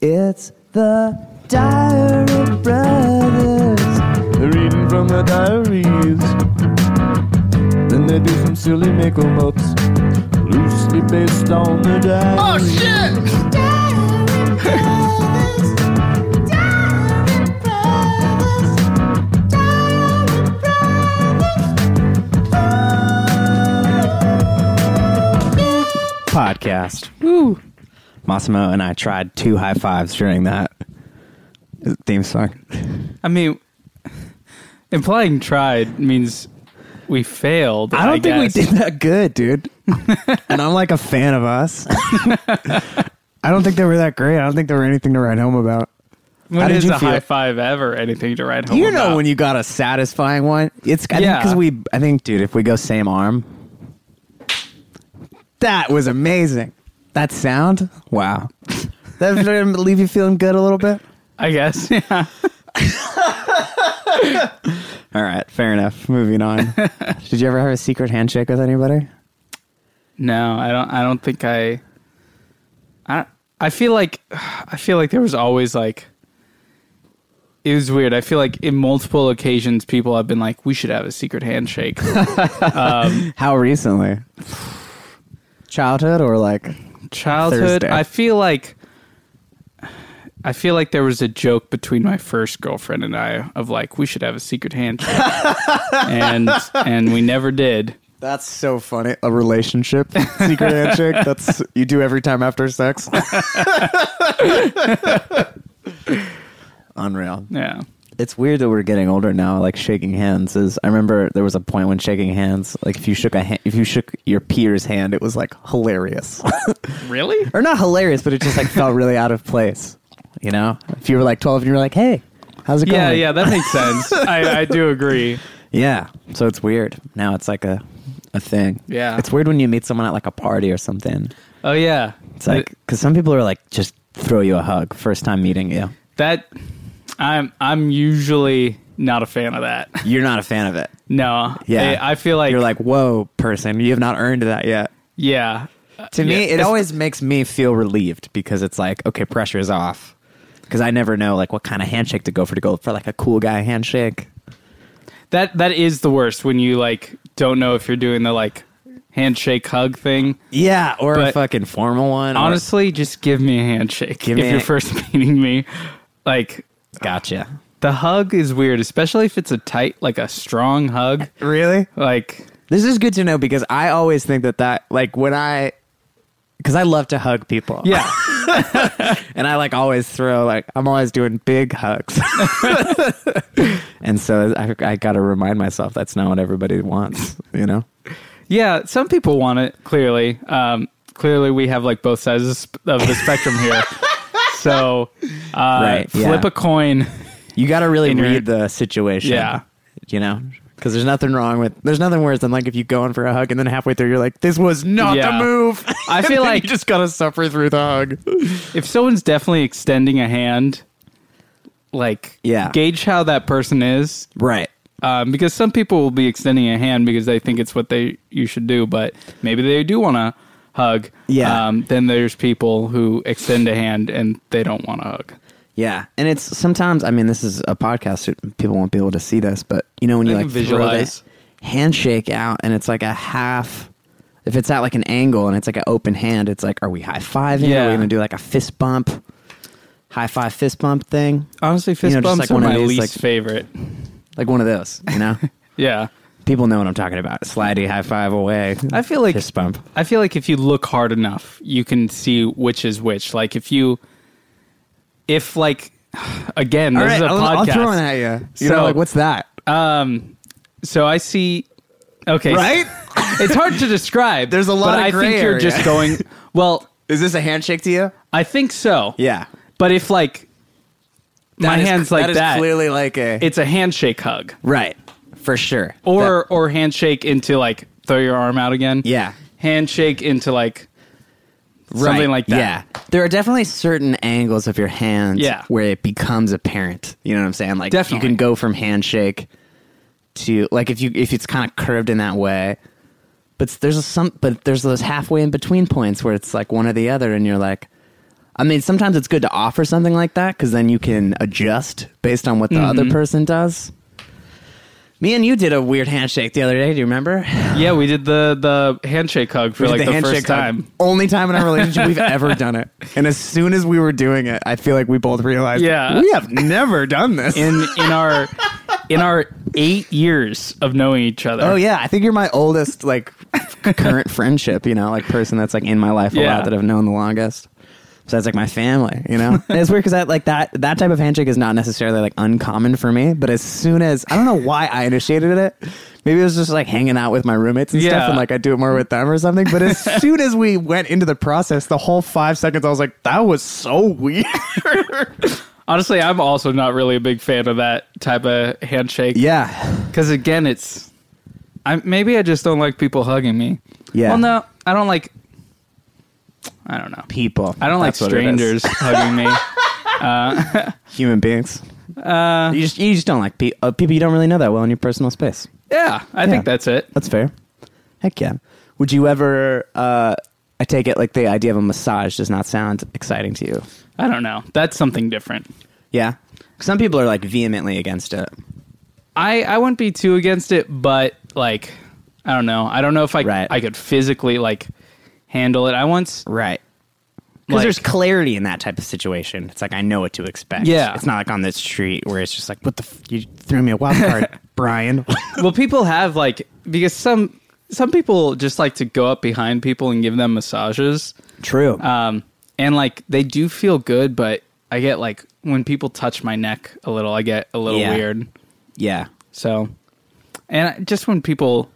It's the Diary of Brothers. They're reading from the diaries. Then they do some silly make-em-ups, loosely based on the diaries. Oh shit! podcast. Woo. Massimo and I tried two high fives during that theme song. I mean, implying tried means we failed. I don't think guess. we did that good, dude. and I'm like a fan of us. I don't think they were that great. I don't think there were anything to write home about. When How did is you a feel? high five ever anything to write home you know about? when you got a satisfying one? It's I Yeah. because we I think, dude, if we go same arm, that was amazing. That sound, wow. that leave you feeling good a little bit. I guess. Yeah. All right, fair enough. Moving on. Did you ever have a secret handshake with anybody? No, I don't. I don't think I. I I feel like I feel like there was always like. It was weird. I feel like in multiple occasions, people have been like, "We should have a secret handshake." How recently? Childhood or like childhood Thursday. i feel like i feel like there was a joke between my first girlfriend and i of like we should have a secret handshake and and we never did that's so funny. A relationship secret handshake. That's you do every time after sex. Unreal. yeah It's weird that we're getting older now. Like shaking hands is. I remember there was a point when shaking hands, like if you shook a hand, if you shook your peer's hand, it was like hilarious. really or not hilarious, but it just like felt really out of place. You know, if you were like twelve and you were like, "Hey, how's it yeah going?" yeah that makes sense i i do agree yeah. So it's weird. Now it's like a a thing. Yeah. it's weird when you meet someone at like a party or something. oh yeah It's like because some people are like just throw you a hug first time meeting you. that i'm i'm usually not a fan of that You're not a fan of it. no Yeah, i, I feel like you're like, "Whoa, person, you have not earned that yet." yeah To me, Yeah, it it's- always makes me feel relieved because it's like, okay, pressure is off. Because I never know like what kind of handshake to go for to go for like a cool guy handshake. that that is the worst when you like don't know if you're doing the like handshake hug thing Yeah, or a But- fucking formal one. or- Honestly, just give me a handshake Give if me you're a- first meeting me. Like gotcha. the hug is weird, especially if it's a tight, like a strong hug. Really? Like This is good to know because I always think that that like when I because I love to hug people. yeah, and I like always throw like I'm always doing big hugs. and so I, I got to remind myself that's not what everybody wants. You know? yeah. Some people want it. Clearly, um, clearly we have like both sides of the spectrum here. So uh, Right, yeah. flip a coin. You got to really And you're- read the situation. Yeah. You know. Because there's nothing wrong with there's nothing worse than like if you go in for a hug and then halfway through you're like this was not Yeah. the move. I And feel then like- you just gotta suffer through the hug. If someone's definitely extending a hand, like Yeah. gauge how that person is Right. um, because some people will be extending a hand because they think it's what they you should do, but maybe they do want to hug. Yeah. Um, then there's people who extend a hand and they don't want to hug. Yeah, and it's sometimes. I mean, this is a podcast; so people won't be able to see this, but you know when you I like can visualize. throw the handshake out, and it's like a half. If it's at like an angle and it's like an open hand, it's like, are we high fiving? Are Yeah. we gonna do like a fist bump, high five fist bump thing? Honestly, fist You know, just like bumps are one of my these, least like- favorite. Like one of those, you know? Yeah. people know what I'm talking about. Slidey high five away. I feel like- fist bump. I feel like if you look hard enough, you can see which is which. Like if you, if like, again, this is a I'll, I'll podcast. throw one at you. You know, So- like what's that? um, so I see. Okay, Right? It's hard to describe. There's a lot but of I gray think you're just area. going. Well, Is this a handshake to you? I think so. Yeah, But if like my hands like that, clearly like a it's a handshake hug right for sure. or or handshake into like throw your arm out again. Yeah. Handshake into like something like that. Yeah. There are definitely certain angles of your hand Yeah. where it becomes apparent. You know what I'm saying? Like Definitely. you can go from handshake to like if you if it's kind of curved in that way. But there's a some but there's those halfway in between points where it's like one or the other and you're like I mean, sometimes it's good to offer something like that because then you can adjust based on what the Mm-hmm. other person does. Me and you did a weird handshake the other day. Do you remember? Yeah, we did the the handshake hug for We like did the, hug. first time. Only time in our relationship we've ever done it. And as soon as we were doing it, I feel like we both realized Yeah. we have never done this. in in our in our eight years of knowing each other. oh yeah, I think you're my oldest like current friendship, you know, like person that's like in my life a Yeah. lot that I've known the longest. So that's like my family, you know. And it's weird because that like that that type of handshake is not necessarily like uncommon for me. But as soon as I don't know why I initiated it, maybe it was just like hanging out with my roommates and Yeah. stuff, and like I do it more with them or something. But as soon as we went into the process, the whole five seconds, I was like, that was so weird. Honestly, I'm also not really a big fan of that type of handshake. yeah, Because again, it's I maybe I just don't like people hugging me. Yeah. Well, no, I don't like. I don't know. people. I don't That's like what it is. strangers hugging me. human beings. Uh, You just you just don't like pe- uh, people you don't really know that well in your personal space. yeah, I Yeah. think that's it. That's fair. Heck yeah. Would you ever? Uh, I take it like the idea of a massage does not sound exciting to you. I don't know. That's something different. Yeah. Some people are like vehemently against it. I I wouldn't be too against it, but like I don't know. I don't know if I Right. I could physically like handle it. I once Right. Because Like- there's clarity in that type of situation. It's like I know what to expect. Yeah. It's not like on the street where it's just like, what the? F- you threw me a wild card, Brian. well people have like because some some people just like to go up behind people and give them massages True. um and like they do feel good but i get like when people touch my neck a little i get a little Yeah. weird yeah. so and I- just when people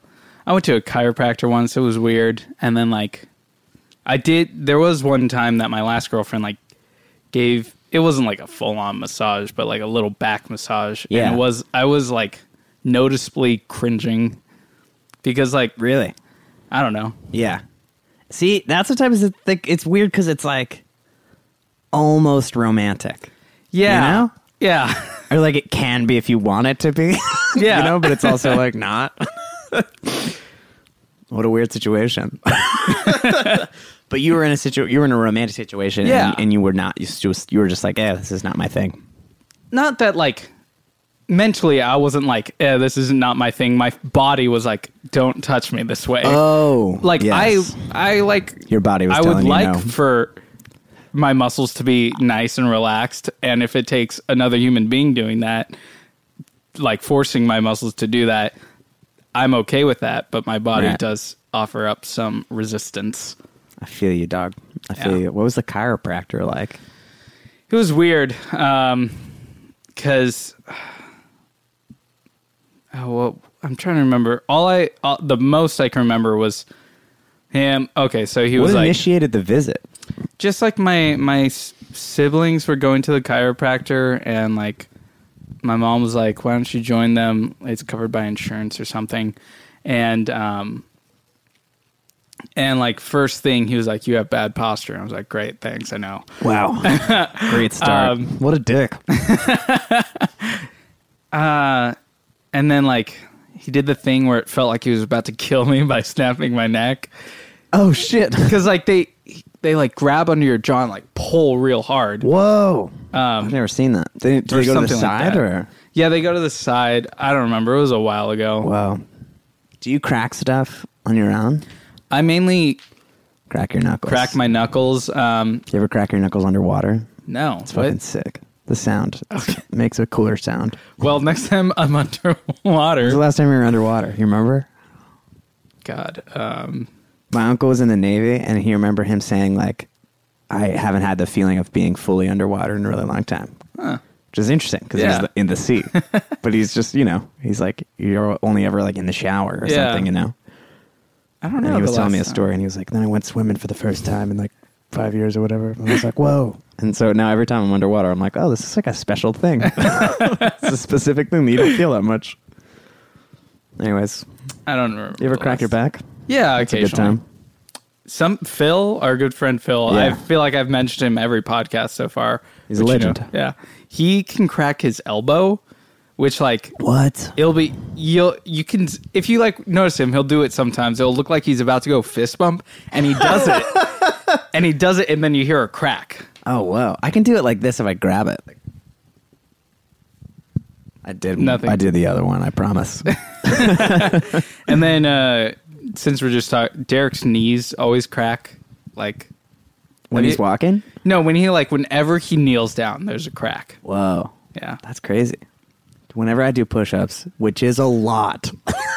i went to a chiropractor once it was weird and then like i did there was one time that my last girlfriend like gave it wasn't like a full-on massage but like a little back massage Yeah. and it was i was like noticeably cringing because like Really. i don't know Yeah. See, that's the type of thi- like it's weird because it's like almost romantic, yeah know? yeah or like it can be if you want it to be. Yeah. you know, but it's also like not. what a weird situation. but you were in a situ- you were in a romantic situation, Yeah. and, and you were not. You just you were just like, yeah, this is not my thing. not that like mentally I wasn't like, eh, this is not my thing. My body was like, don't touch me this way. Oh, like I I like Your body was I would telling you like no. for my muscles to be nice and relaxed and if it takes another human being doing that like forcing my muscles to do that I'm okay with that but my body Right. does offer up some resistance. I feel you, dog. I feel Yeah. you. What was the chiropractor like? It was weird um, because oh, well, I'm trying to remember. All I all, the most I can remember was him. Okay, so he What was like initiated the visit? just like my my s- siblings were going to the chiropractor and like my mom was like why don't you join them it's covered by insurance or something and um and like first thing he was like you have bad posture and i was like great thanks i know Wow, great start. Um, what a dick. and then like he did the thing where it felt like he was about to kill me by snapping my neck Oh shit. because like they they like grab under your jaw and like pull real hard Whoa. I've never seen that. They, do Um, or they go to the something like side that. or? yeah they go to the side i don't remember it was a while ago Wow. Do you crack stuff on your own? i mainly Crack your knuckles. crack my knuckles um Do you ever crack your knuckles underwater? no It's What? fucking sick. The sound It makes a cooler sound. well next time i'm When's the underwater last time you were underwater? You remember? god um My uncle was in the Navy, and he remember him saying like, "I haven't had the feeling of being fully underwater in a really long time," which is interesting because Yeah. he's in the sea. but he's just you know he's like you're only ever like in the shower or Yeah. something, you know. i don't know And he the was telling last me a time. story, and he was like, "Then I went swimming for the first time in like five years or whatever." And I was like, "Whoa!" And so now every time I'm underwater, I'm like, "Oh, this is like a special thing. it's a specific thing that you don't feel that much." Anyways, i don't remember you ever the crack your last- back? yeah It's a good time. some Phil, our good friend Phil. Yeah. I feel like I've mentioned him every podcast so far. He's a which, you know, legend. yeah, he can crack his elbow, which like What? it'll be you'll you can if you like notice him, he'll do it sometimes. It'll look like he's about to go fist bump, and he does it, and he does it, and then you hear a crack. Oh wow! I can do it like this if I grab it. I did Nothing. I did the other one. I promise. And then uh, since we're just talking, Derek's knees always crack. Like when he's you- walking. no, when he like whenever he kneels down, there's a crack. Whoa, Yeah, that's crazy. Whenever I do push-ups, which is a lot,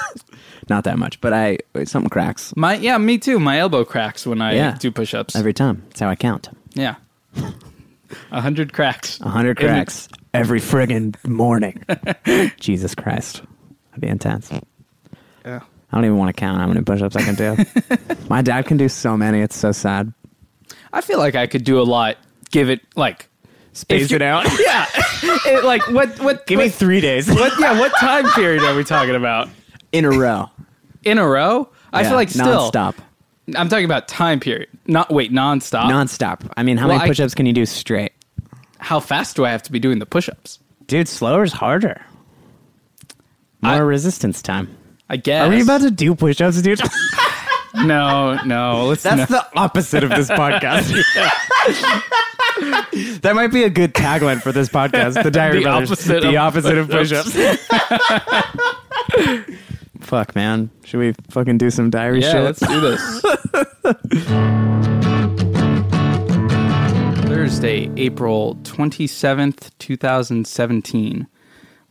not that much, but I something cracks my yeah, me too. My elbow cracks when I Yeah. do push-ups. every time. That's how I count. yeah, a hundred cracks. A hundred And cracks every friggin' morning. Jesus Christ, that'd be intense. Yeah. I don't even want to count how many push-ups I can do. My dad can do so many. It's so sad. I feel like I could do a lot. Give it like Space you- it out. yeah, It, like what what Give what, me three days what yeah what time period are we talking about in a row. in a row? I Yeah, feel like still nonstop, I'm talking about time period. Not wait nonstop. nonstop. I mean, how uh, Well, many I- push-ups can you do straight? How fast do I have to be doing the push-ups? Dude, slower is harder. More I- resistance time. I guess. Are we about to do push-ups, dude? No, no. Let's That's not- the opposite of this podcast. that might be a good tagline for this podcast. The Diary The Brothers. opposite the of opposite of push-ups. Fuck, man. Should we fucking do some diary yeah. shit? Let's do this. Thursday, April twenty seventh, two thousand seventeen.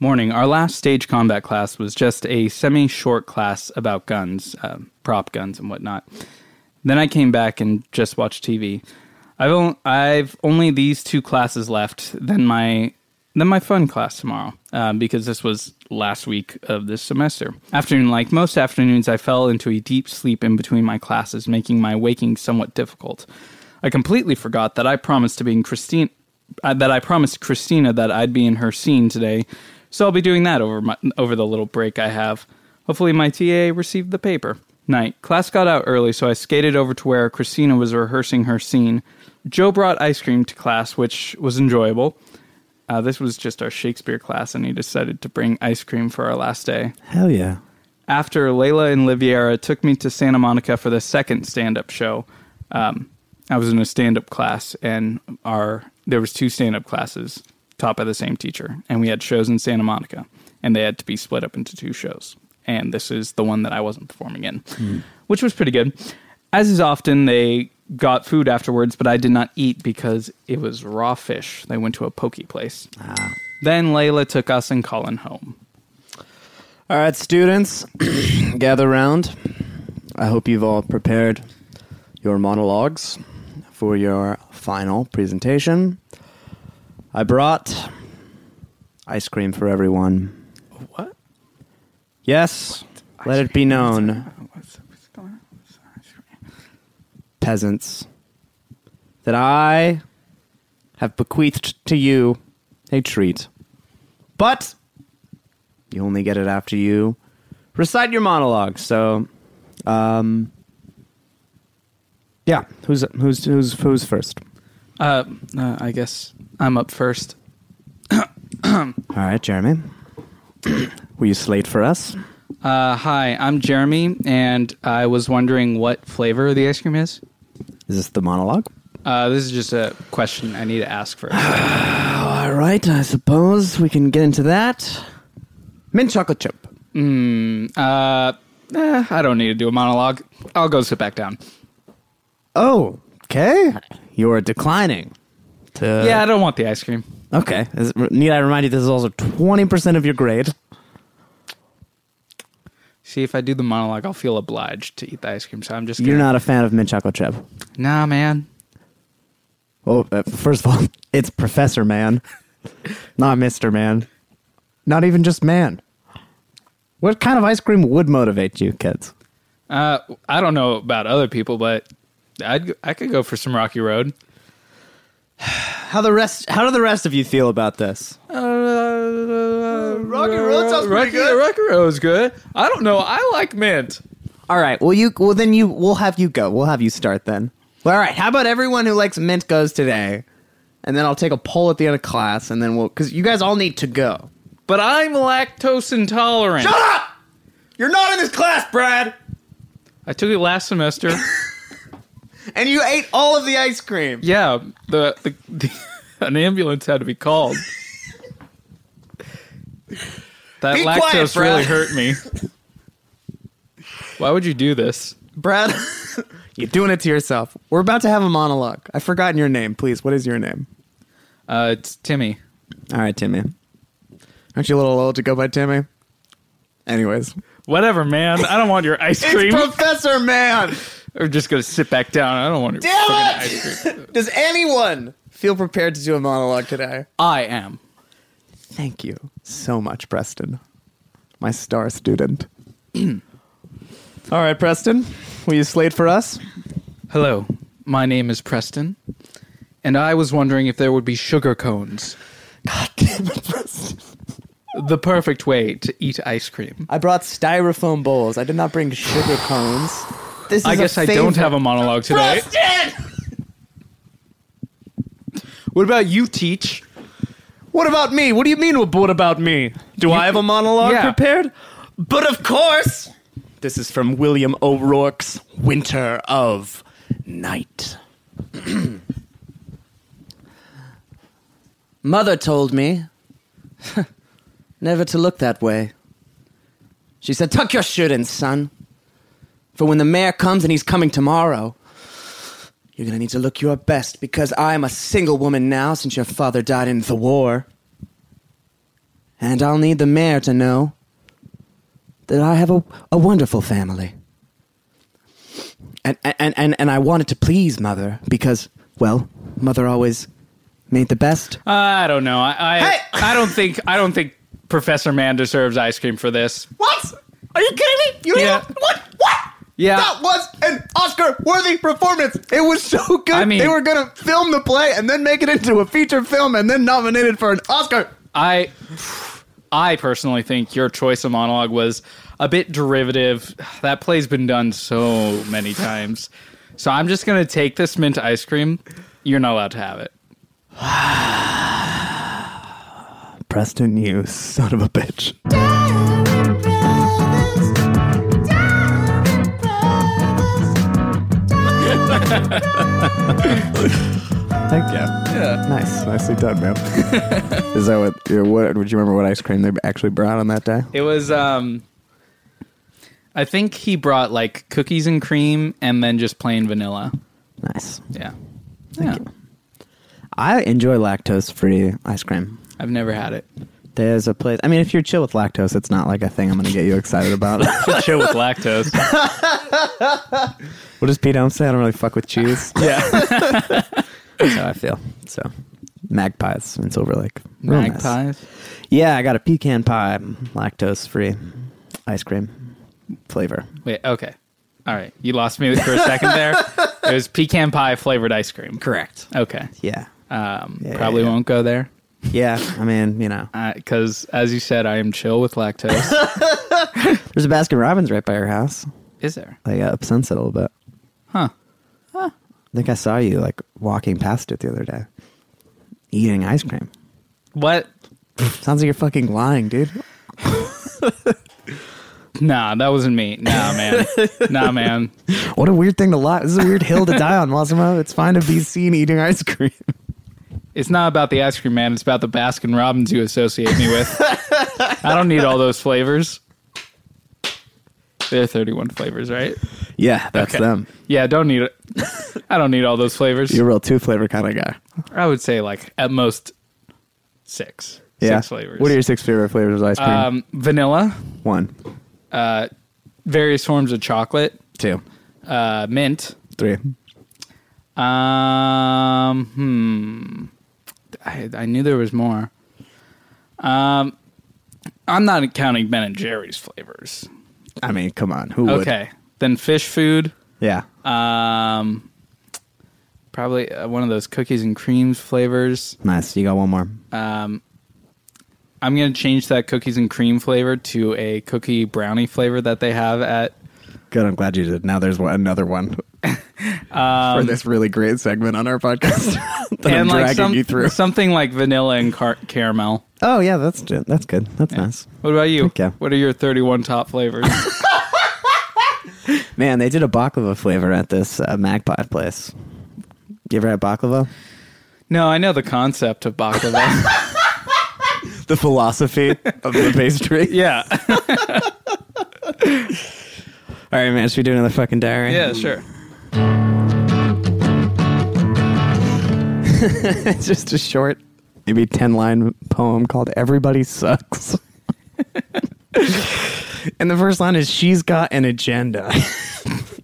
Morning. Our last stage combat class was just a semi short class about guns, um, prop guns, and whatnot. Then I came back and just watched TV. I've only, I've only these two classes left. Then my then my fun class tomorrow um, because this was last week of this semester. Afternoon, like most afternoons, I fell into a deep sleep in between my classes, making my waking somewhat difficult. I completely forgot that I promised to being Christine uh, that I promised Christina that I'd be in her scene today, so I'll be doing that over my, over the little break I have. Hopefully, my TA received the paper. Night. Class got out early, so I skated over to where Christina was rehearsing her scene. Joe brought ice cream to class, which was enjoyable. Uh, this was just our Shakespeare class, and he decided to bring ice cream for our last day. Hell yeah. After Layla and Liviera took me to Santa Monica for the second stand-up show, um, I was in a stand-up class, and our there was two stand-up classes taught by the same teacher, and we had shows in Santa Monica, and they had to be split up into two shows. And this is the one that I wasn't performing in, which was pretty good. As is often, they got food afterwards, but I did not eat because it was raw fish. They went to a poke place. Ah. Then Layla took us and Colin home. All right, students, gather round. I hope you've all prepared your monologues for your final presentation. I brought ice cream for everyone. What? Yes, let it be known, peasants, that I have bequeathed to you a treat. But you only get it after you recite your monologue. So, um, yeah, who's who's who's who's first? Uh, uh, I guess I'm up first. All right, Jeremy. Will you slate for us? Uh, hi, I'm Jeremy, and I was wondering what flavor the ice cream is. Is this the monologue? Uh, this is just a question I need to ask first. All right, I suppose we can get into that. Mint chocolate chip. Uh, eh, I don't need to do a monologue. I'll go sit back down. Oh, okay. You're declining. To yeah, I don't want the ice cream. Okay. Is, need I remind you, this is also 20% of your grade. See, if I do the monologue, I'll feel obliged to eat the ice cream. So I'm just You're gonna- not a fan of mint chocolate chip. Nah, man. Oh, uh, first of all, it's Professor Man, not Mr. Man, not even just man. What kind of ice cream would motivate you, kids? Uh, I don't know about other people, but I'd I could go for some Rocky Road. How the rest? How do the rest of you feel about this? Uh, Rocky Road sounds pretty Rocky, good. Rocky Road's good. I don't know. I like mint. All right. Well, you. Well, then you. We'll have you go. We'll have you start then. Well, all right. How about everyone who likes mint goes today, and then I'll take a poll at the end of class, and then we'll because you guys all need to go. But I'm lactose intolerant. up! You're not in this class, Brad. I took it last semester. and you ate all of the ice cream. Yeah, the, the, the an ambulance had to be called. that Be lactose quiet, bro. really hurt me. Why would you do this? Brad, you're doing it to yourself. We're about to have a monologue. I've forgotten your name. Please, what is your name? Uh, it's Timmy. All right, Timmy. Aren't you a little old to go by Timmy? Anyways, Whatever, man. I don't want your ice cream. Professor Man. We're just gonna sit back down. I don't want your Damn friggin' it! ice cream. Does anyone feel prepared to do a monologue today? I am. Thank you so much, Preston, my star student. All right, Preston, will you slate for us? Hello, my name is Preston, and I was wondering if there would be sugar cones, God damn it, Preston. the perfect way to eat ice cream. I brought styrofoam bowls. I did not bring sugar cones. This is I guess I I don't have a monologue today. Preston! What about you, Teach? What about me? What do you mean, what about me? Do I have a monologue Yeah. prepared? But of course! This is from William O'Rourke's Winter of Night. Mother told me never to look that way. She said, Tuck your shirt in, son. For when the mayor comes, and he's coming tomorrow, you're gonna need to look your best because I'm a single woman now since your father died in the war. And I'll need the mayor to know that I have a, a wonderful family. And, and, and, and I wanted to please Mother because, well, Mother always made the best. I don't know. I I, Hey! I don't think I don't think Professor Man deserves ice cream for this. What? Are you kidding me? You Yeah. ate it? What? What? Yeah. That was an Oscar worthy performance. It was so good. I mean- they were going to film the play and then make it into a feature film and then nominate it for an Oscar. I I personally think your choice of monologue was a bit derivative. That play's been done so many times. So I'm just gonna take this mint ice cream. You're not allowed to have it. Preston, you son of a bitch. Thank you. Yeah. Nice. Nicely done, man. Is that what, uh, what, would you remember what ice cream they actually brought on that day? It was um I think he brought like cookies and cream and then just plain vanilla. Nice. Yeah. Yeah. I enjoy lactose free ice cream. I've never had it. There's a place. I mean, if you're chill with lactose, it's not like a thing I'm going to get you excited about. Chill with lactose. What does Pete Holmes say? I don't really fuck with cheese. yeah. That's how I feel. So, magpies in Silver Lake. Real nice. Magpies. Yeah, I got a pecan pie, lactose free ice cream flavor. Wait, okay. All right. You lost me for a second there. it was pecan pie flavored ice cream. Correct. Okay. Yeah. Um, Yeah, probably yeah, yeah. won't go there Yeah. I mean, you know, because, as you said, I am chill with lactose. there's a Baskin Robbins right by your house. Is there? I got upsense it a little bit. Huh. I think I saw you like walking past it the other day, eating ice cream. What? Sounds like you're fucking lying, dude. Nah, that wasn't me. Nah, man. nah, man. What a weird thing to lie. This is a weird hill to die on, Massimo. It's fine to be seen eating ice cream. It's not about the ice cream, man. It's about the Baskin Robbins you associate me with. I don't need all those flavors. There are 31 flavors, right? Yeah, that's Okay. them. Yeah, don't need it. I don't need all those flavors. You're a real two flavor kind of guy. I would say like at most six. Yeah. Six flavors. What are your six favorite flavors of ice cream? um, vanilla, uh, One, various forms of chocolate, two, uh, mint. three. Um, hmm. I, I knew there was more. Um, I'm not counting Ben and Jerry's flavors. I mean, come on. Who would? Okay, then fish food. Yeah. Um, probably uh, one of those cookies and creams flavors. Um, nice. You got one more. uh, I'm gonna change that cookies and cream flavor to a cookie brownie flavor that they have at Good. I'm glad you did. Now there's one, another one. Um, For this really great segment on our podcast that I'm dragging some- you through. something like vanilla and car- caramel. oh, yeah. That's that's good. That's nice. What about you? Okay. What are your 31 top flavors? Man, they did a baklava flavor at this uh, magpie place. You ever had baklava? No, I know the concept of baklava. The philosophy of the pastry. yeah. All right, man. Should we do another fucking diary? Yeah, sure. it's just a short, maybe 10 line poem called Everybody Sucks. and the first line is She's got an agenda.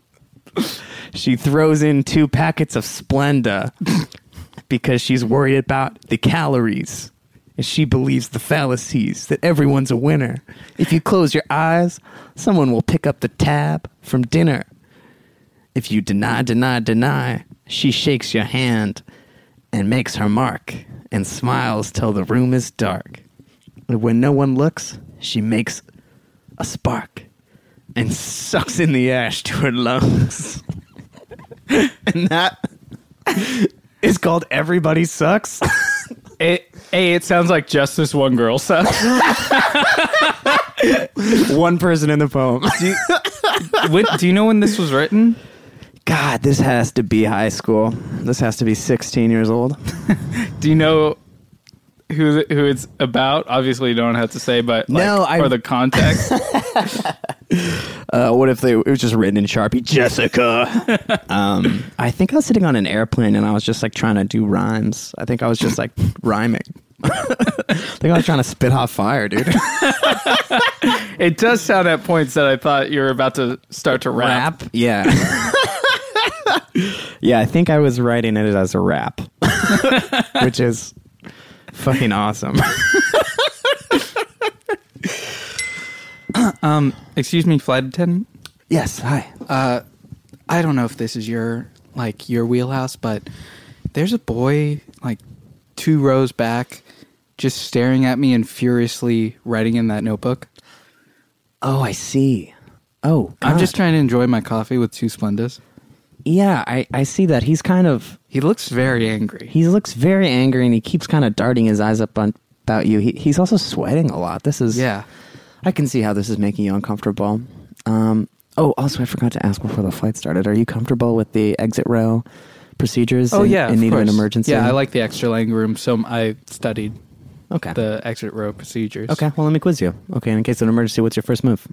she throws in two packets of Splenda because she's worried about the calories. And she believes the fallacies that everyone's a winner. If you close your eyes, someone will pick up the tab from dinner. If you deny, deny, deny, she shakes your hand and makes her mark and smiles till the room is dark. And when no one looks, she makes a spark and sucks in the ash to her lungs. and that is called Everybody Sucks. It, a, it sounds like just this one girl sucks. One person in the poem. when, do you know when this was written? God, this has to be high school. This has to be 16 years old. Do you know who who it's about? Obviously, you don't have to say, but like, No, I- or the context. Uh, what if they, it was just written in Sharpie, Jessica? um, I think I was sitting on an airplane and I was just like trying to do rhymes. I think I was just like rhyming. I think I was trying to spit hot fire, dude. it does sound at points that I thought you were about to start to rap. Rap? Yeah. yeah, I think I was writing it as a rap, which is fucking awesome. Um, excuse me, flight attendant. yes, hi. Uh, I don't know if this is your like your wheelhouse, but there's a boy like two rows back, just staring at me and furiously writing in that notebook. oh, I see. Oh, I'm God. just trying to enjoy my coffee with two Splendas. Yeah, I, I see that. He's kind of He looks very angry. He looks very angry and he keeps kind of darting his eyes up on about you. He, he's also sweating a lot. This is yeah. I can see how this is making you uncomfortable. Um, oh, also I forgot to ask before the flight started. Are you comfortable with the exit row procedures? oh in, yeah. in of need of an course. emergency. Yeah, I like the extra lang room. So I studied Okay. the exit row procedures. okay. Well, let me quiz you. Okay. In case of an emergency, what's your first move?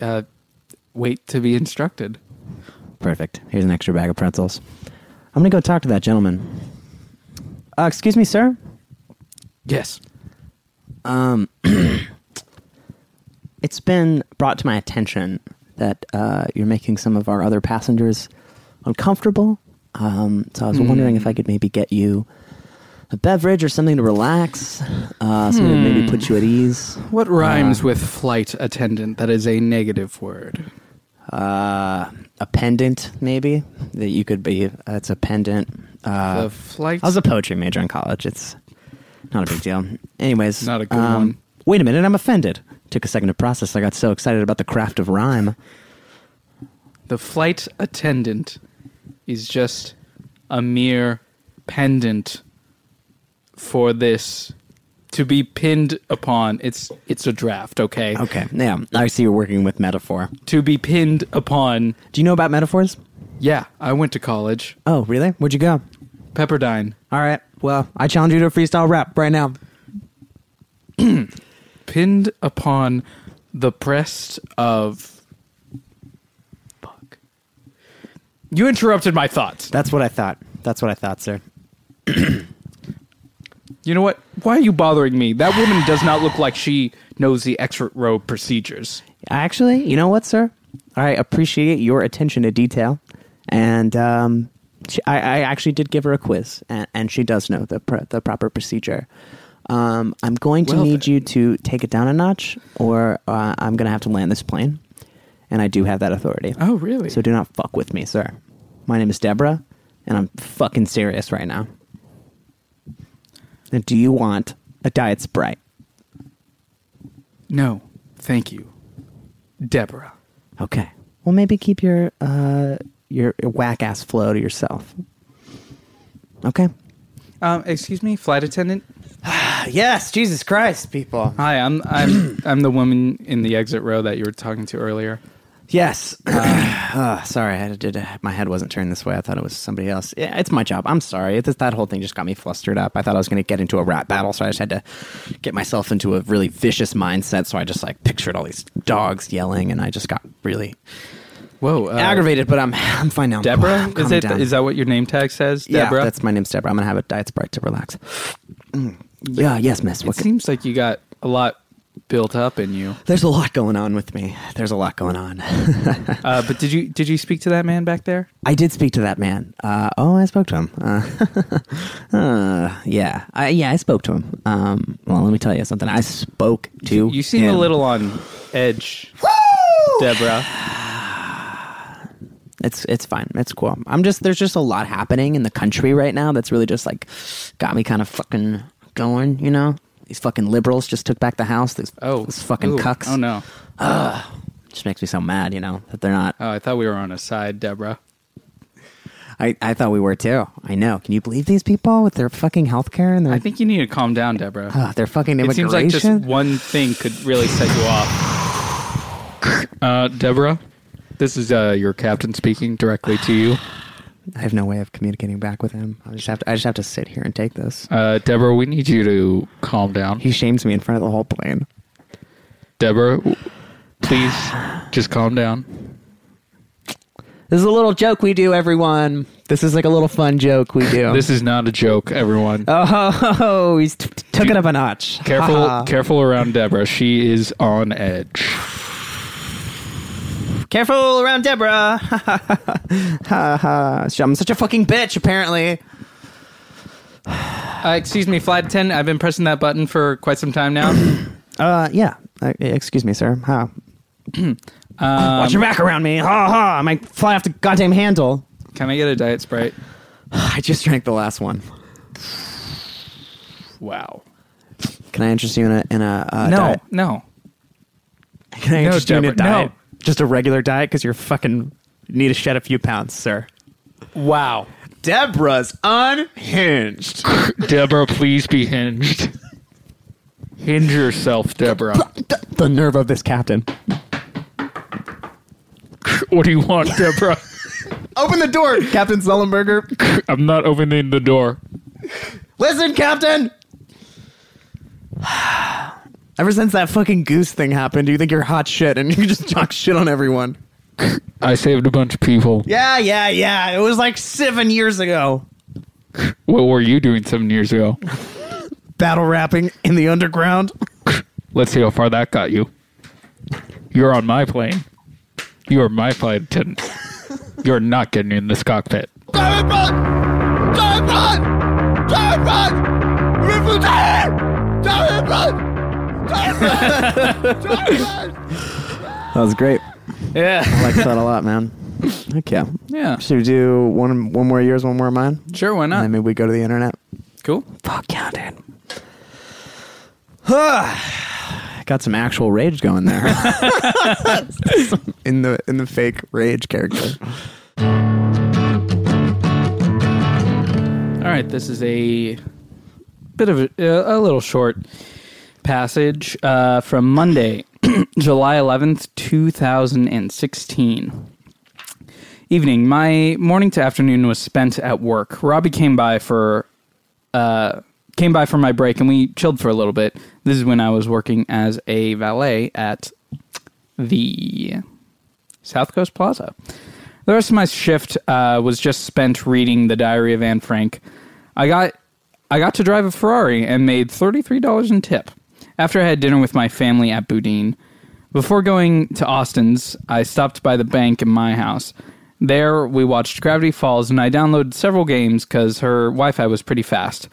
Uh, wait to be instructed. Perfect. Here's an extra bag of pretzels. I'm gonna go talk to that gentleman. Uh, excuse me, sir. Yes. Um, it's been brought to my attention that uh, you're making some of our other passengers uncomfortable. Um, so I Hmm. was wondering if I could maybe get you a beverage or something to relax, uh, something to Hmm. maybe put you at ease. What rhymes with flight attendant? That is a negative word. Uh, a pendant, maybe that you could be. Uh, it's a pendant. Uh, the flight. I was a poetry major in college. It's not a big deal. Anyways, um, Not a good one. Wait a minute, I'm offended. Took a second to process. I got so excited about the craft of rhyme. The flight attendant is just a mere pendant for this to be pinned upon. It's it's a draft, okay? Okay. Yeah. I see you're working with metaphor. To be pinned upon. Do you know about metaphors? Yeah, I went to college. Oh, really? Where'd you go? Pepperdine. All right. Well, I challenge you to a freestyle rap right now. Pinned upon the breast of Fuck. You interrupted my thoughts. That's what I thought. That's what I thought, sir. You know what? Why are you bothering me? That woman does not look like she knows the exit row procedures. Actually, you know what, sir? I appreciate your attention to detail. And um, she, I, I actually did give her a quiz, and, and she does know the, pr- the proper procedure. Um, I'm going to Well, uh, need then. you to take it down a notch, or uh, I'm going to have to land this plane. And I do have that authority. Oh, really? So do not fuck with me, sir. My name is Deborah, and I'm fucking serious right now. And do you want a diet sprite? No, thank you, Deborah. Okay. Well, maybe keep your uh, your whack ass flow to yourself. Okay. Um, excuse me, flight attendant. Yes, Jesus Christ, people. Hi, I'm I'm I'm the woman in the exit row that you were talking to earlier. Yes. Ah, sorry, I did. My head wasn't turned this way. I thought it was somebody else. Yeah, it's my job. I'm sorry. It, that whole thing just got me flustered up. I thought I was going to get into a rap battle, so I just had to get myself into a really vicious mindset. So I just like pictured all these dogs yelling, and I just got really Whoa, uh, aggravated. But I'm I'm fine now. I'm Deborah, calming is it? Is down. that what your name tag says? yeah, Deborah. that's my name's Deborah. I'm gonna have a diet sprite to relax. Mm. Yeah. Yes, miss. it What can- seems like you got a lot built up in you. there's a lot going on with me. There's a lot going on. Uh, but did you did you speak to that man back there? I did speak to that man. Uh, oh, I spoke to him. Uh, uh, yeah, I, yeah, I spoke to him. Um, well, let me tell you something. I spoke to You seem him. a little on edge, Deborah. It's it's fine. It's cool. I'm just there's just a lot happening in the country right now that's really just like got me kind of fucking going. You know, these fucking liberals just took back the house. These, Oh, these fucking ooh, cucks. Oh no. just makes me so mad. You know that they're not. Oh, I thought we were on a side, Deborah. I I thought we were too. I know. Can you believe these people with their fucking healthcare and their I think you need to calm down, Deborah. ah, their fucking it Mm. immigration? seems like just one thing could really set you off. Uh, Deborah, this is uh, your captain speaking directly to you. I have no way of communicating back with him. I just have to. I just have to sit here and take this. Uh, Deborah, we need you to calm down. He shames me in front of the whole plane. Deborah, w- please just calm down. This is a little joke we do, everyone. This is like a little fun joke we do. This is not a joke, everyone. oh, ho, ho, ho, he's t- t- took it up a notch. Ha, ha. Careful, careful around Deborah. She is on edge. careful around Deborah. Ha, ha, ha, ha. I'm such a fucking bitch. Apparently, Uh, excuse me, flight attendant. I've been pressing that button for quite some time now. uh, yeah. Uh, excuse me, sir. Ha. Um, Watch your back around me. Ha ha. I might fly off the goddamn handle. can I get a diet sprite? I just drank the last one. Wow. Can I interest you in a in a uh, no, diet? no. Can I No, just do a Deborah, diet? no. Just a regular diet because you're fucking need to shed a few pounds, sir. Wow. Deborah's unhinged. Deborah, please be hinged. Hinge yourself, Deborah. the nerve of this captain. What do you want, Deborah? Open the door, Captain Sullenberger. I'm not opening the door. Listen, Captain. Ever since that fucking goose thing happened, you think you're hot shit and you just talk shit on everyone. I saved a bunch of people. Yeah, yeah, yeah. It was like seven years ago. What were you doing seven years ago? Battle rapping in the underground. Let's see how far that got you. You're on my plane. You are my flight attendant. You're not getting in this cockpit. That was great. Yeah. I like that a lot, man. Heck yeah. Yeah. Should we do one one more yours, one more mine? Sure, why And then not? maybe we go to the internet. Cool. Fuck yeah, dude. Got some actual rage going there. in the in the fake rage character. All right, this is a bit of a, a little short passage uh, from Monday, July 11th, 2016. Evening. My morning to afternoon was spent at work. Robbie came by for uh, came by for my break, and we chilled for a little bit. This is when I was working as a valet at the South Coast Plaza. The rest of my shift uh, was just spent reading the Diary of Anne Frank. I got I got to drive a Ferrari and made thirty three dollars in tip. After I had dinner with my family at Boudin, before going to Austin's, I stopped by the bank in my house. There, we watched Gravity Falls, and I downloaded several games because her Wi-Fi was pretty fast.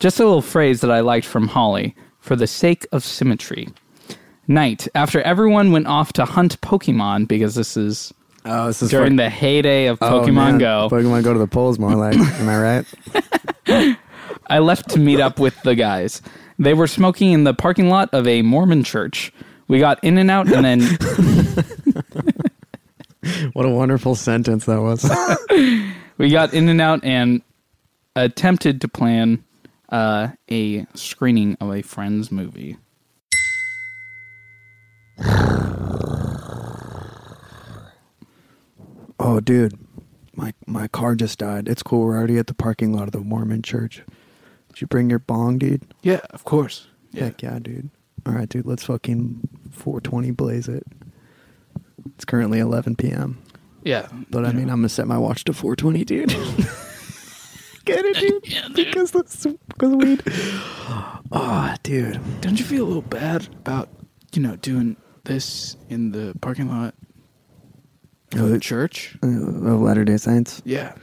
Just a little phrase that I liked from Holly: "For the sake of symmetry." Night after everyone went off to hunt Pokemon because this is Oh, this is during the heyday of Pokemon Go. Pokemon Go to the polls more like. am I right? I left to meet up with the guys. They were smoking in the parking lot of a Mormon church. We got in and out, and then What a wonderful sentence that was. we got in and out and attempted to plan uh, a screening of a friend's movie. "Oh, dude, my my car just died. It's cool. We're already at the parking lot of the Mormon church. Did you bring your bong, dude? Yeah, of course. Heck yeah, dude. All right, dude. Let's fucking 420 blaze it. It's currently 11 p.m. Yeah. But I mean, I'm gonna set my watch to 420, dude. Get it, dude? because that's because weed. Ah, dude. Don't you feel a little bad about, you know, doing this in the parking lot of Oh, the it- church? Uh, of Latter Day Saints. Yeah.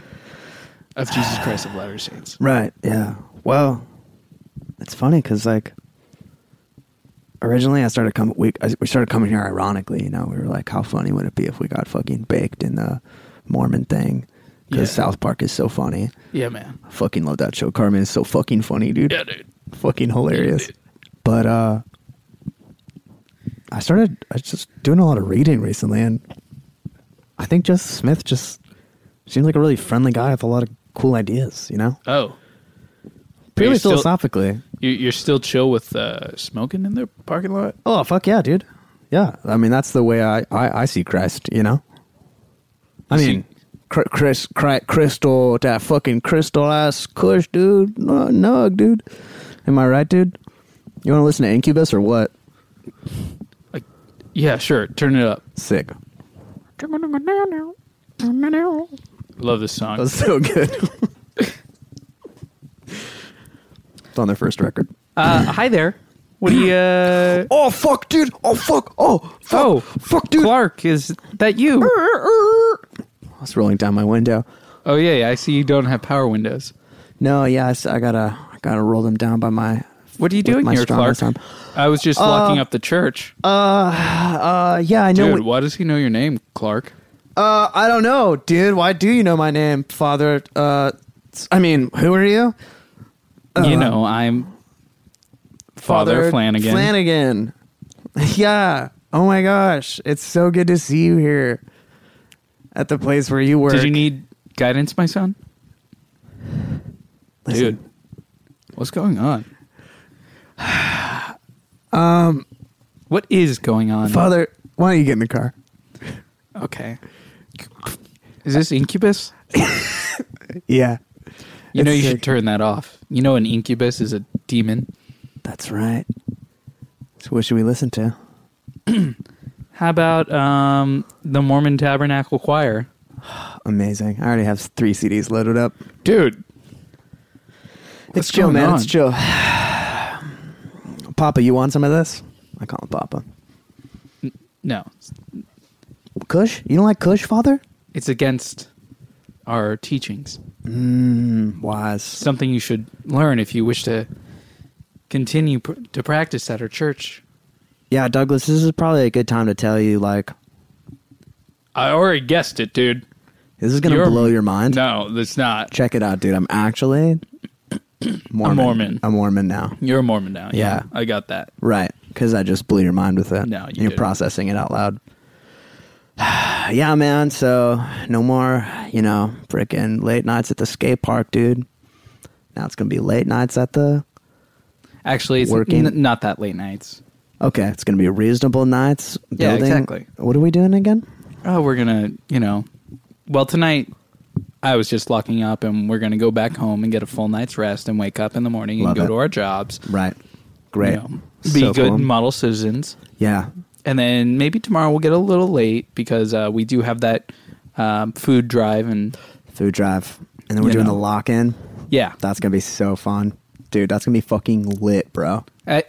Of Jesus Christ of Latter Saints. Right. Yeah. Well, it's funny because like originally I started coming. We I, we started coming here ironically. You know, we were like, how funny would it be if we got fucking baked in the Mormon thing? Because Yeah. South Park is so funny. Yeah, man. I fucking love that show. Carmen is so fucking funny, dude. Yeah, dude. Fucking hilarious. But uh, I started. I was just doing a lot of reading recently, and I think Joseph Smith just seems like a really friendly guy with a lot of cool ideas. You know. Oh. Purely You're still- philosophically. You- You're still chill with uh, smoking in the parking lot? oh fuck yeah, dude. Yeah, I mean that's the way I I, I see Christ. You know. I You mean, cr- Chris, cri- crystal, that fucking crystal ass Kush, dude. No, no, dude. Am I right, dude? You want to listen to Incubus or what? Like, yeah, sure. Turn it up. Sick. Love this song. That's so good. it's on their first record. Uh, hi there. What do you? Uh, Oh fuck, dude. Oh fuck. Oh fuck. Oh, fuck, dude. Clark, is that you? I was rolling down my window. Oh yeah, yeah, I see you don't have power windows. No, yeah, I, s- I gotta, I gotta roll them down by my. What are you with doing my here, strong Clark? arm. I was just locking up the church. Uh, yeah, I know. Dude, what- why does he know your name, Clark? uh, I don't know, dude. Why do you know my name, Father? Uh, s- I mean, who are you? Uh, you know, I'm Father, Flanagan. Flanagan. Yeah. Oh my gosh, it's so good to see you here at the place where you work. Did you need guidance, my son? Listen, Dude, what's going on? um, what is going on? Um, Father? Why don't you get in the car? okay. Is this Incubus? Yeah. You know It's you sick. should turn that off. You know an incubus is a demon. That's right. So what should we listen to? How about um, the Mormon Tabernacle Choir? Amazing. I already have three CDs loaded up. Dude. it's chill, going man. on? It's chill. Papa, you want some of this? I call him Papa. No. Kush? You don't like Kush, Father? It's against our teachings. Mmm, wise. Something you should learn if you wish to continue pr- to practice at our church. Yeah, Douglas, this is probably a good time to tell you, like, I already guessed it, dude. this is going to You're- blow your mind. No, that's not. Check it out, dude. I'm actually Mormon. Mormon. I'm Mormon now. You're a Mormon now. Yeah. I got that. Right, because I just blew your mind with it. No, you are didn't. processing it out loud. yeah, man. So no more, you know, freaking late nights at the skate park, dude. Now it's gonna be late nights at the. Actually, it's Working. n- not that late nights. Okay, it's gonna be reasonable nights. Yeah, Building. exactly. What are we doing again? oh, we're gonna, you know, well tonight I was just locking up, and we're gonna go back home and get a full night's rest, and wake up in the morning and Love go it. to our jobs. Right. Great. you know, be So good cool. model citizens, Yeah. and then maybe tomorrow we'll get a little late because uh, we do have that um, food drive, and Food drive, and then we're You doing know. the lock in. yeah, That's gonna be so fun, dude. That's gonna be fucking lit, bro. I-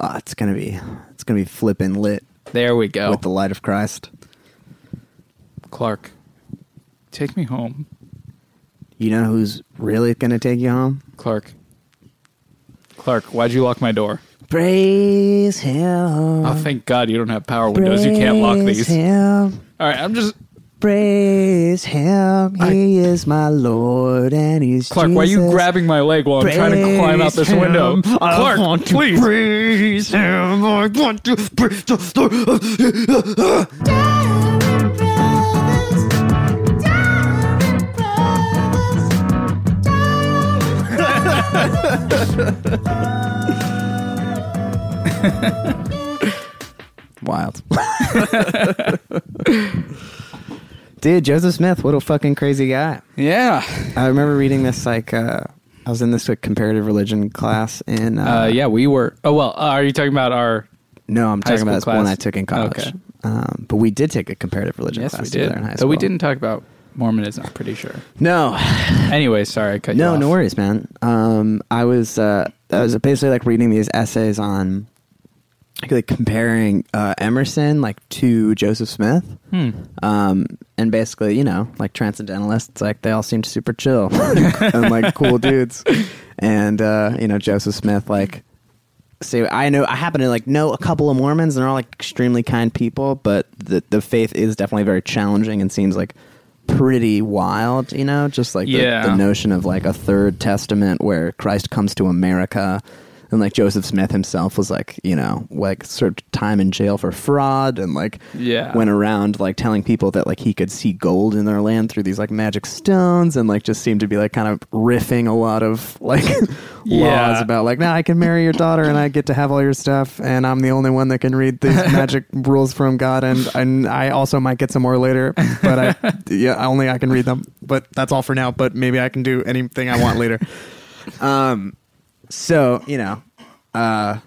Ah, it's gonna be, it's gonna be flipping lit there we go, with the light of Christ. Clark. Take me home, You know who's really going to take you home? Clark. Clark, why'd you lock my door? Praise him. Oh, thank God you don't have power windows. You can't lock Praise these. Him. All right, I'm just Praise him. He is my Lord and he's Clark, why are you Jesus. grabbing my leg while I'm trying to climb out this Praise window? Uh, him. I Clark, want to please. Praise him. I want to praise the Lord. Wild. Dude, Joseph Smith, what a fucking crazy guy. Yeah. I remember reading this like uh, I was in this like, comparative religion class in uh, Uh, yeah, we were. Oh well, uh, are you talking about our? no, I'm high talking about school this class. one I took in college. Okay. Um, but we did take a comparative religion Yes, class we did. together in high Though school. we didn't talk about Mormonism. I'm pretty sure. No, Anyway, sorry, I cut you no, off. no worries, man. Um, I was uh, I was basically like reading these essays on like, like comparing uh, Emerson like to Joseph Smith. Hmm. Um, and basically, you know, like transcendentalists, like they all seemed super chill and like cool dudes. And uh, you know, Joseph Smith, like, see, I know I happen to like know a couple of Mormons, and they're all like extremely kind people, but the the faith is definitely very challenging and seems like pretty wild. You know, just like the, Yeah. the notion of like a third testament where Christ comes to America. And like Joseph Smith himself was like, you know, like served time in jail for fraud and like Yeah. went around like telling people that like he could see gold in their land through these like magic stones and like just seemed to be like kind of riffing a lot of like Yeah. laws about like now I can marry your daughter and I get to have all your stuff and I'm the only one that can read these magic rules from God and and I also might get some more later but I yeah only I can read them but that's all for now but maybe I can do anything I want later um so you know uh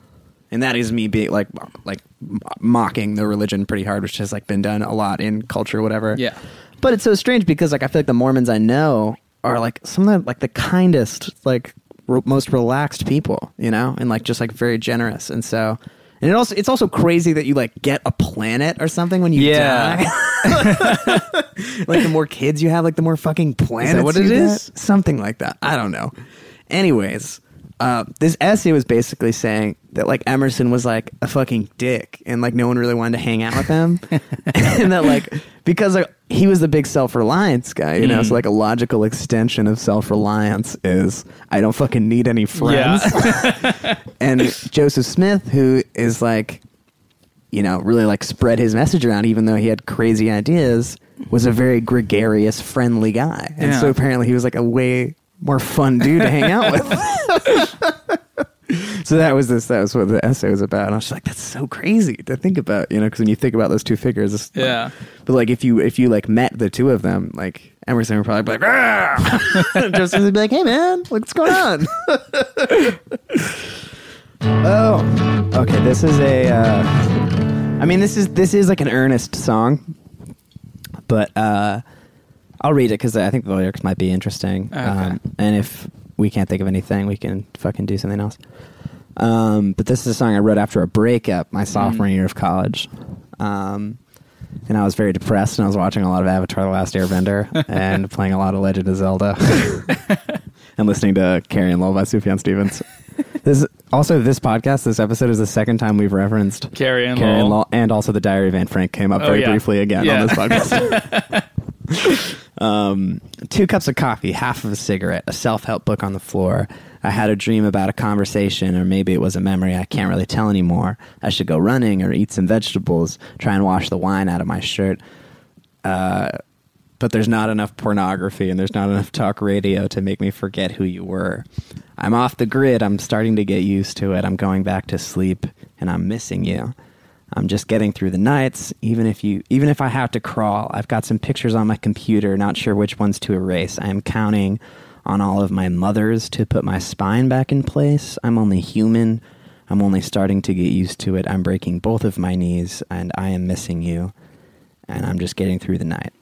and that is me being like mo- like m- mocking the religion pretty hard which has like been done a lot in culture whatever Yeah. but it's so strange because like i feel like the mormons i know are like some of the, like the kindest like re- most relaxed people you know and like just like very generous and so and it also it's also crazy that you like get a planet or something when you Yeah. die like the more kids you have, like the more fucking planets. what it you is? get? Something like that. I don't know. Anyways, uh, this essay was basically saying that like Emerson was like a fucking dick, and like no one really wanted to hang out with him, and that like because like, he was the big self reliance guy, you know. So like a logical extension of self reliance is I don't fucking need any friends. and Joseph Smith, who is like you know, really like spread his message around, even though he had crazy ideas, was a very gregarious, friendly guy. And Yeah. so apparently he was like a way more fun dude to hang out with. so that was this, that was what the essay was about. And I was just like, that's so crazy to think about, you know, because when you think about those two figures, it's like- Yeah. but like if you, if you like met the two of them, like Emerson would probably be like, "Ah!" And Joseph would be like, hey man, what's going on? oh, okay. This is a, uh, I mean, this is this is like an earnest song, but uh, I'll read it because I think the lyrics might be interesting. um, Okay. and if we can't think of anything, we can fucking do something else. Um, but this is a song I wrote after a breakup my sophomore year of college. Um, and I was very depressed, and I was watching a lot of Avatar: The Last Airbender, and playing a lot of Legend of Zelda, and listening to "Carrie and Love" by Sufjan Stevens. This also this podcast, this episode is the second time we've referenced Carrie and Karen Lowell. Law, and also the Diary of Anne Frank came up Oh, very yeah. briefly again Yeah. on this podcast. um, two cups of coffee, half of a cigarette, a self-help book on the floor. I had a dream about a conversation, or maybe it was a memory. I can't really tell anymore. I should go running or eat some vegetables. Try and wash the wine out of my shirt. Uh, but there's not enough pornography and there's not enough talk radio to make me forget who you were. I'm off the grid. I'm starting to get used to it. I'm going back to sleep and I'm missing you. I'm just getting through the nights even if you even if I have to crawl. I've got some pictures on my computer, not sure which ones to erase. I am counting on all of my mothers to put my spine back in place. I'm only human. I'm only starting to get used to it. I'm breaking both of my knees and I am missing you and I'm just getting through the night.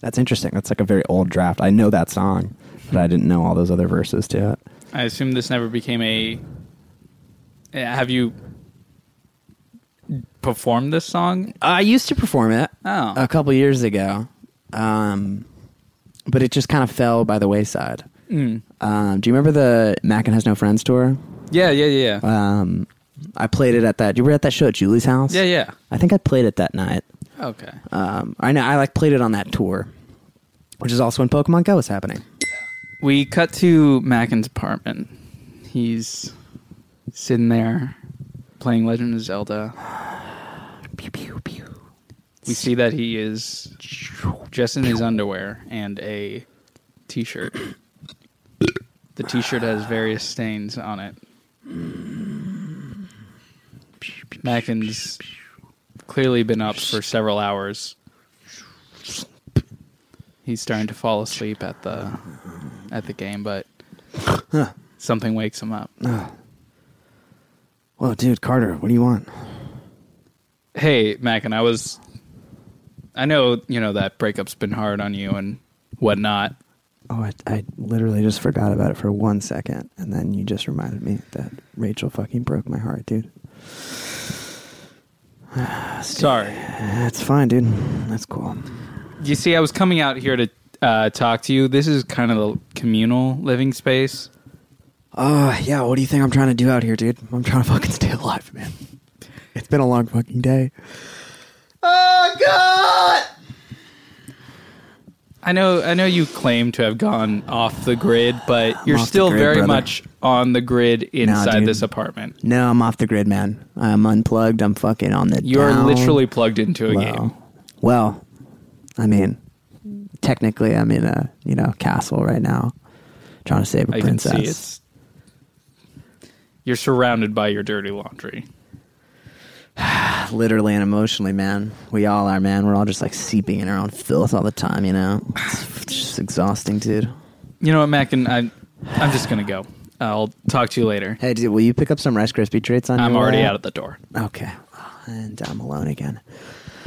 That's interesting. That's like a very old draft. I know that song, but I didn't know all those other verses to it. I assume this never became a. Yeah, Have you performed this song? I used to perform it Oh. a couple years ago, um, but it just kind of fell by the wayside. Hmm. Um, do you remember the Mackin Has No Friends tour? Yeah, yeah, yeah, yeah. Um, I played it at that. You were at that show at Julie's house. yeah, yeah. I think I played it that night. Okay. Um, I know I like played it on that tour, which is also when Pokemon Go was happening. We cut to Mackin's apartment. He's sitting there playing Legend of Zelda. Pew pew pew. We see that he is just in his underwear and a t-shirt. The t-shirt has various stains on it. Mackin's clearly been up for several hours He's starting to fall asleep at the at the game, but something wakes him up. Whoa, dude, Carter, what do you want? Hey, Mac, and I was I know, you know, that breakup's been hard on you and whatnot. Oh, I, I literally just forgot about it for one second, and then you just reminded me that Rachel fucking broke my heart, dude. Sorry. That's fine, dude. That's cool. You see, I was coming out here to uh, talk to you. This is kind of the communal living space. Uh, yeah, what do you think I'm trying to do out here, dude? I'm trying to fucking stay alive, man. It's been a long fucking day. I know, I know you claim to have gone off the grid, but you're off the still grid, very brother. much on the grid inside dude. this apartment. No, I'm off the grid, man. I'm unplugged. I'm fucking on the You're down literally plugged into a low. game. Well, I mean, technically, I'm in a, you know, castle right now trying to save a I can princess. see it's. You're surrounded by your dirty laundry. literally and emotionally, man. We all are, man. We're all just like seeping in our own filth all the time, you know? It's just exhausting, dude. You know what, Mac, and I, I'm just gonna go. I'll talk to you later. Hey, dude, will you pick up some Rice Krispie treats on I'm your already way out of the door. Okay. And I'm alone again.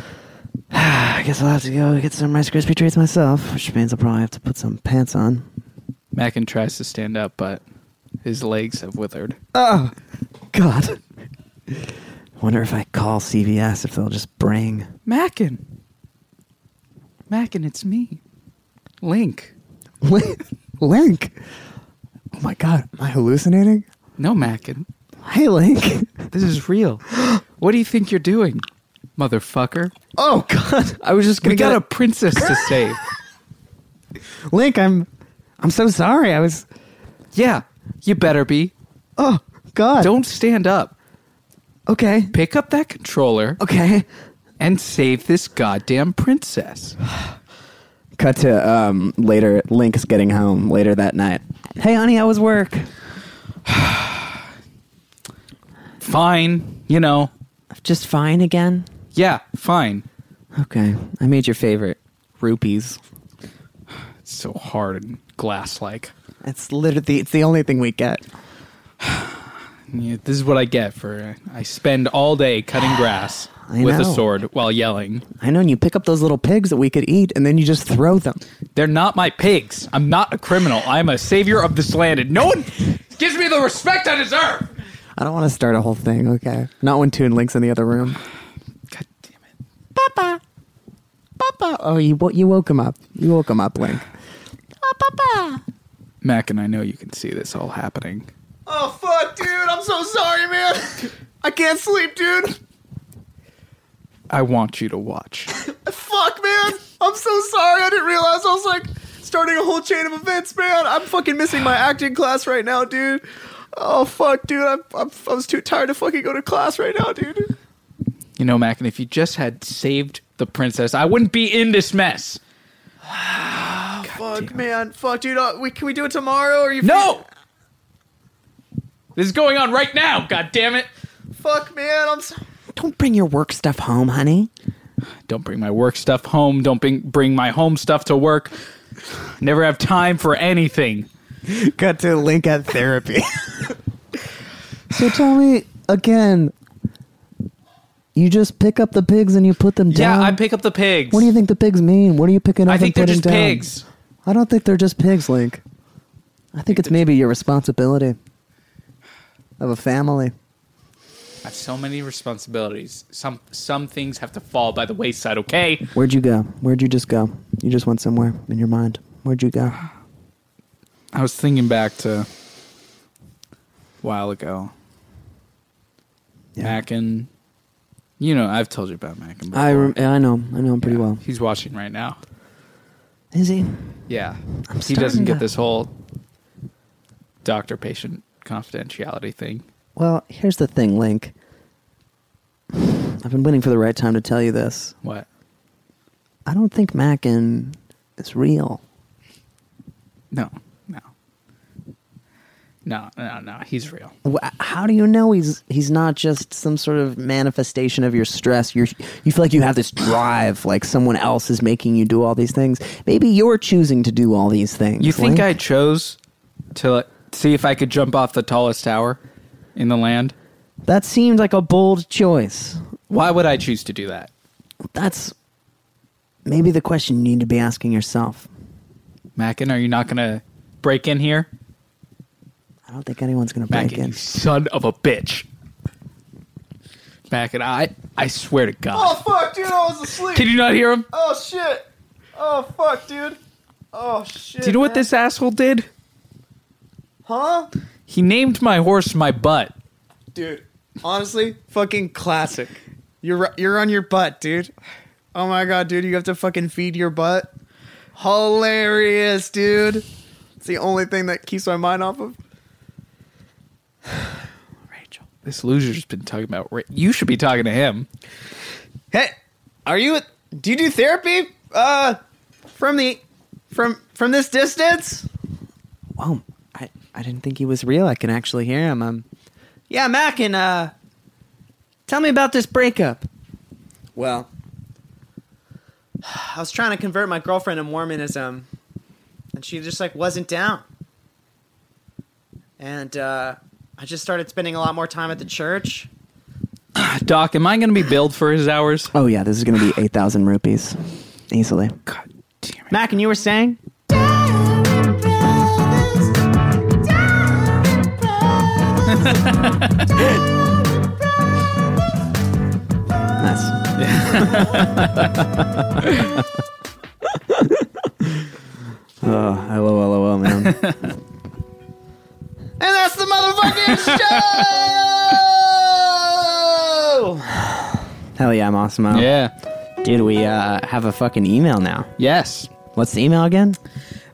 I guess I'll have to go get some Rice Krispie treats myself, which means I'll probably have to put some pants on. Mackin tries to stand up, but his legs have withered. Oh, God. Wonder if I call CVS if they'll just bring. Mackin. Mackin, it's me. Link. Link! Oh my god, am I hallucinating? No, Mackin. Hey, Link! This is real. what do you think you're doing, motherfucker? Oh god, I was just gonna We got a get princess to save. a link. I'm, I'm so sorry. I was. Yeah, you better be. Oh god. Don't stand up. Okay. Pick up that controller Okay. and save this goddamn princess. Cut to um later. Link's getting home later that night. Hey, honey, how was work? Fine, you know. Just fine again. Yeah, fine. Okay. I made your favorite rupees. It's so hard and glass like. It's literally it's the only thing we get. Yeah, this is what I get for I spend all day cutting grass I with a know. sword while yelling. I know. And you pick up those little pigs that we could eat, and then you just throw them. They're not my pigs. I'm not a criminal. I'm a savior of this land, and no one gives me the respect I deserve. I don't want to start a whole thing. Okay. Not when Toon Link's in the other room. God damn it. Papa, Papa. Oh, you wo- you woke him up. You woke him up, Link. Oh, Papa. Mac and I know you can see this all happening. Oh fuck, dude! I'm so sorry, man. I can't sleep, dude. I want you to watch. Fuck, man. I'm so sorry. I didn't realize I was like starting a whole chain of events, man. I'm fucking missing my acting class right now, dude. Oh fuck, dude. I'm, I'm I was too tired to fucking go to class right now, dude. You know, Mac, and if you just had saved the princess, I wouldn't be in this mess. Fuck, man. Fuck, dude. Uh, we, can we do it tomorrow? Or you? No! This is going on right now, god damn it. Fuck, man. I'm. So- Don't bring your work stuff home, honey. Don't bring my work stuff home. Don't bring, bring my home stuff to work. Never have time for anything. Got to link at therapy. so tell me again. You just pick up the pigs and you put them down. Yeah, I pick up the pigs. What do you think the pigs mean? What are you picking up? I think they're and putting just down? pigs. I don't think they're just pigs, Link. I think it's maybe your responsibility of a family. I have so many responsibilities. Some some things have to fall by the wayside, okay? Where'd you go? Where'd you just go? You just went somewhere in your mind. Where'd you go? I was thinking back to a while ago. Yeah. Mackin. You know, I've told you about Mackin before. I rem- I know. I know him pretty well. He's watching right now. Is he? Yeah. I'm he doesn't starting get to- this whole doctor patient confidentiality thing. Well, here's the thing, Link. I've been waiting for the right time to tell you this. What? I don't think Mackin is real. No, no. No, no, no. He's real. Wh- How do you know he's he's not just some sort of manifestation of your stress? You you feel like you have this drive, like someone else is making you do all these things. Maybe you're choosing to do all these things. You think I Link. chose to like, see if I could jump off the tallest tower in the land? That seemed like a bold choice. Why would I choose to do that? That's maybe the question you need to be asking yourself. Mackin, are you not going to break in here? I don't think anyone's going to break Mackin, in. you son of a bitch. Mackin, I I swear to Oh God. fuck, dude! I was asleep. Can you not hear him? oh shit! Oh fuck, dude! Oh shit! Do you know what man. this asshole did? Huh? He named my horse my butt. Dude, honestly, fucking classic. You're you're on your butt, dude. Oh my god, dude, you have to fucking feed your butt. Hilarious, dude. It's the only thing that keeps my mind off of. Rachel. This loser's been talking about. Ra- You should be talking to him. Hey, are you? Do you do therapy? Uh, from the, from from this distance? Wow, I, I didn't think he was real. I can actually hear him. Um, Yeah, Mac and uh, tell me about this breakup. Well, I was trying to convert my girlfriend to Mormonism, and she just like wasn't down. And uh, I just started spending a lot more time at the church. Doc, am I going to be billed for his hours? Oh yeah, this is going to be eight thousand rupees, easily. God damn it. Mac, and you were saying? Nice. oh, lol, lol, man. And that's the motherfucking show. Hell yeah, I'm awesome. Al. Yeah. Dude, we uh, have a fucking email now. Yes. What's the email again?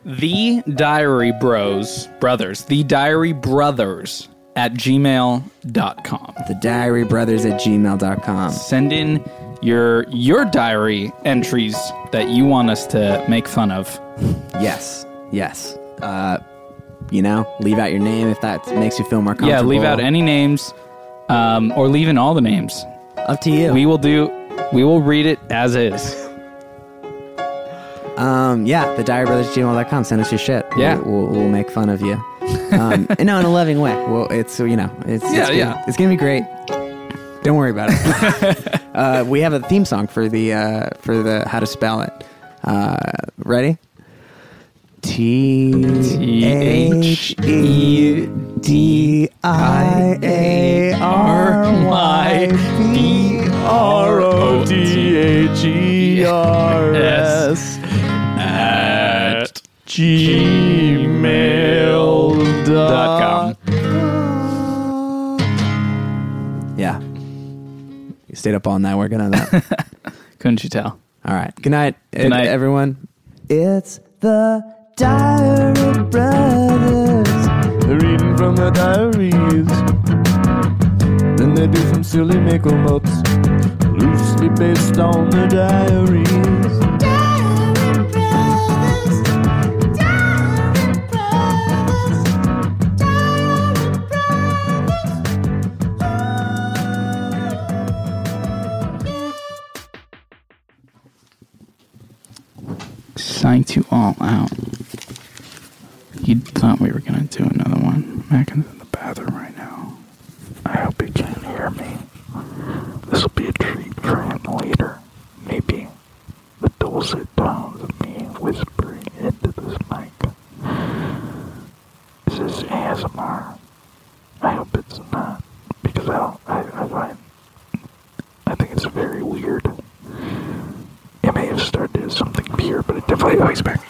The Diary Bros, brothers, the Diary Brothers at gmail.com. The Diary Brothers at gmail.com. Send in your your diary entries that you want us to make fun of. Yes. Yes. Uh, you know, leave out your name if that makes you feel more comfortable. Yeah, leave out any names um, or leave in all the names. Up to you. We will do, we will read it as is. Um, yeah, the Diary Brothers gmail.com. Send us your shit. Yeah. We'll, we'll, we'll make fun of you. Um, and no, in a loving way. Well, it's, you know, it's, it's Yeah, gonna, yeah. It's going to be great. Don't worry about it. uh, we have a theme song for the, uh, for the how to spell it. Uh, ready? T H E D I E A R Y V R O D H E R S at gmail.com. Yeah. You stayed up all night working on that. Couldn't you tell? all right. Good night, e- night. everyone. It's the Diary Brothers. Reading from the diaries. Then they do some silly make-em-ups, loosely based on the diaries. Psych you all out. You thought we were going to do another one. Mackin's in the bathroom right now. I hope he can hear me. This will be a treat for him later. Maybe the dulcet tones of me whispering into this mic. This is ASMR. I hope it's not, because I, don't, I, I find I think it's very weird. It may have started as something pure, but it definitely. Oh, he's back.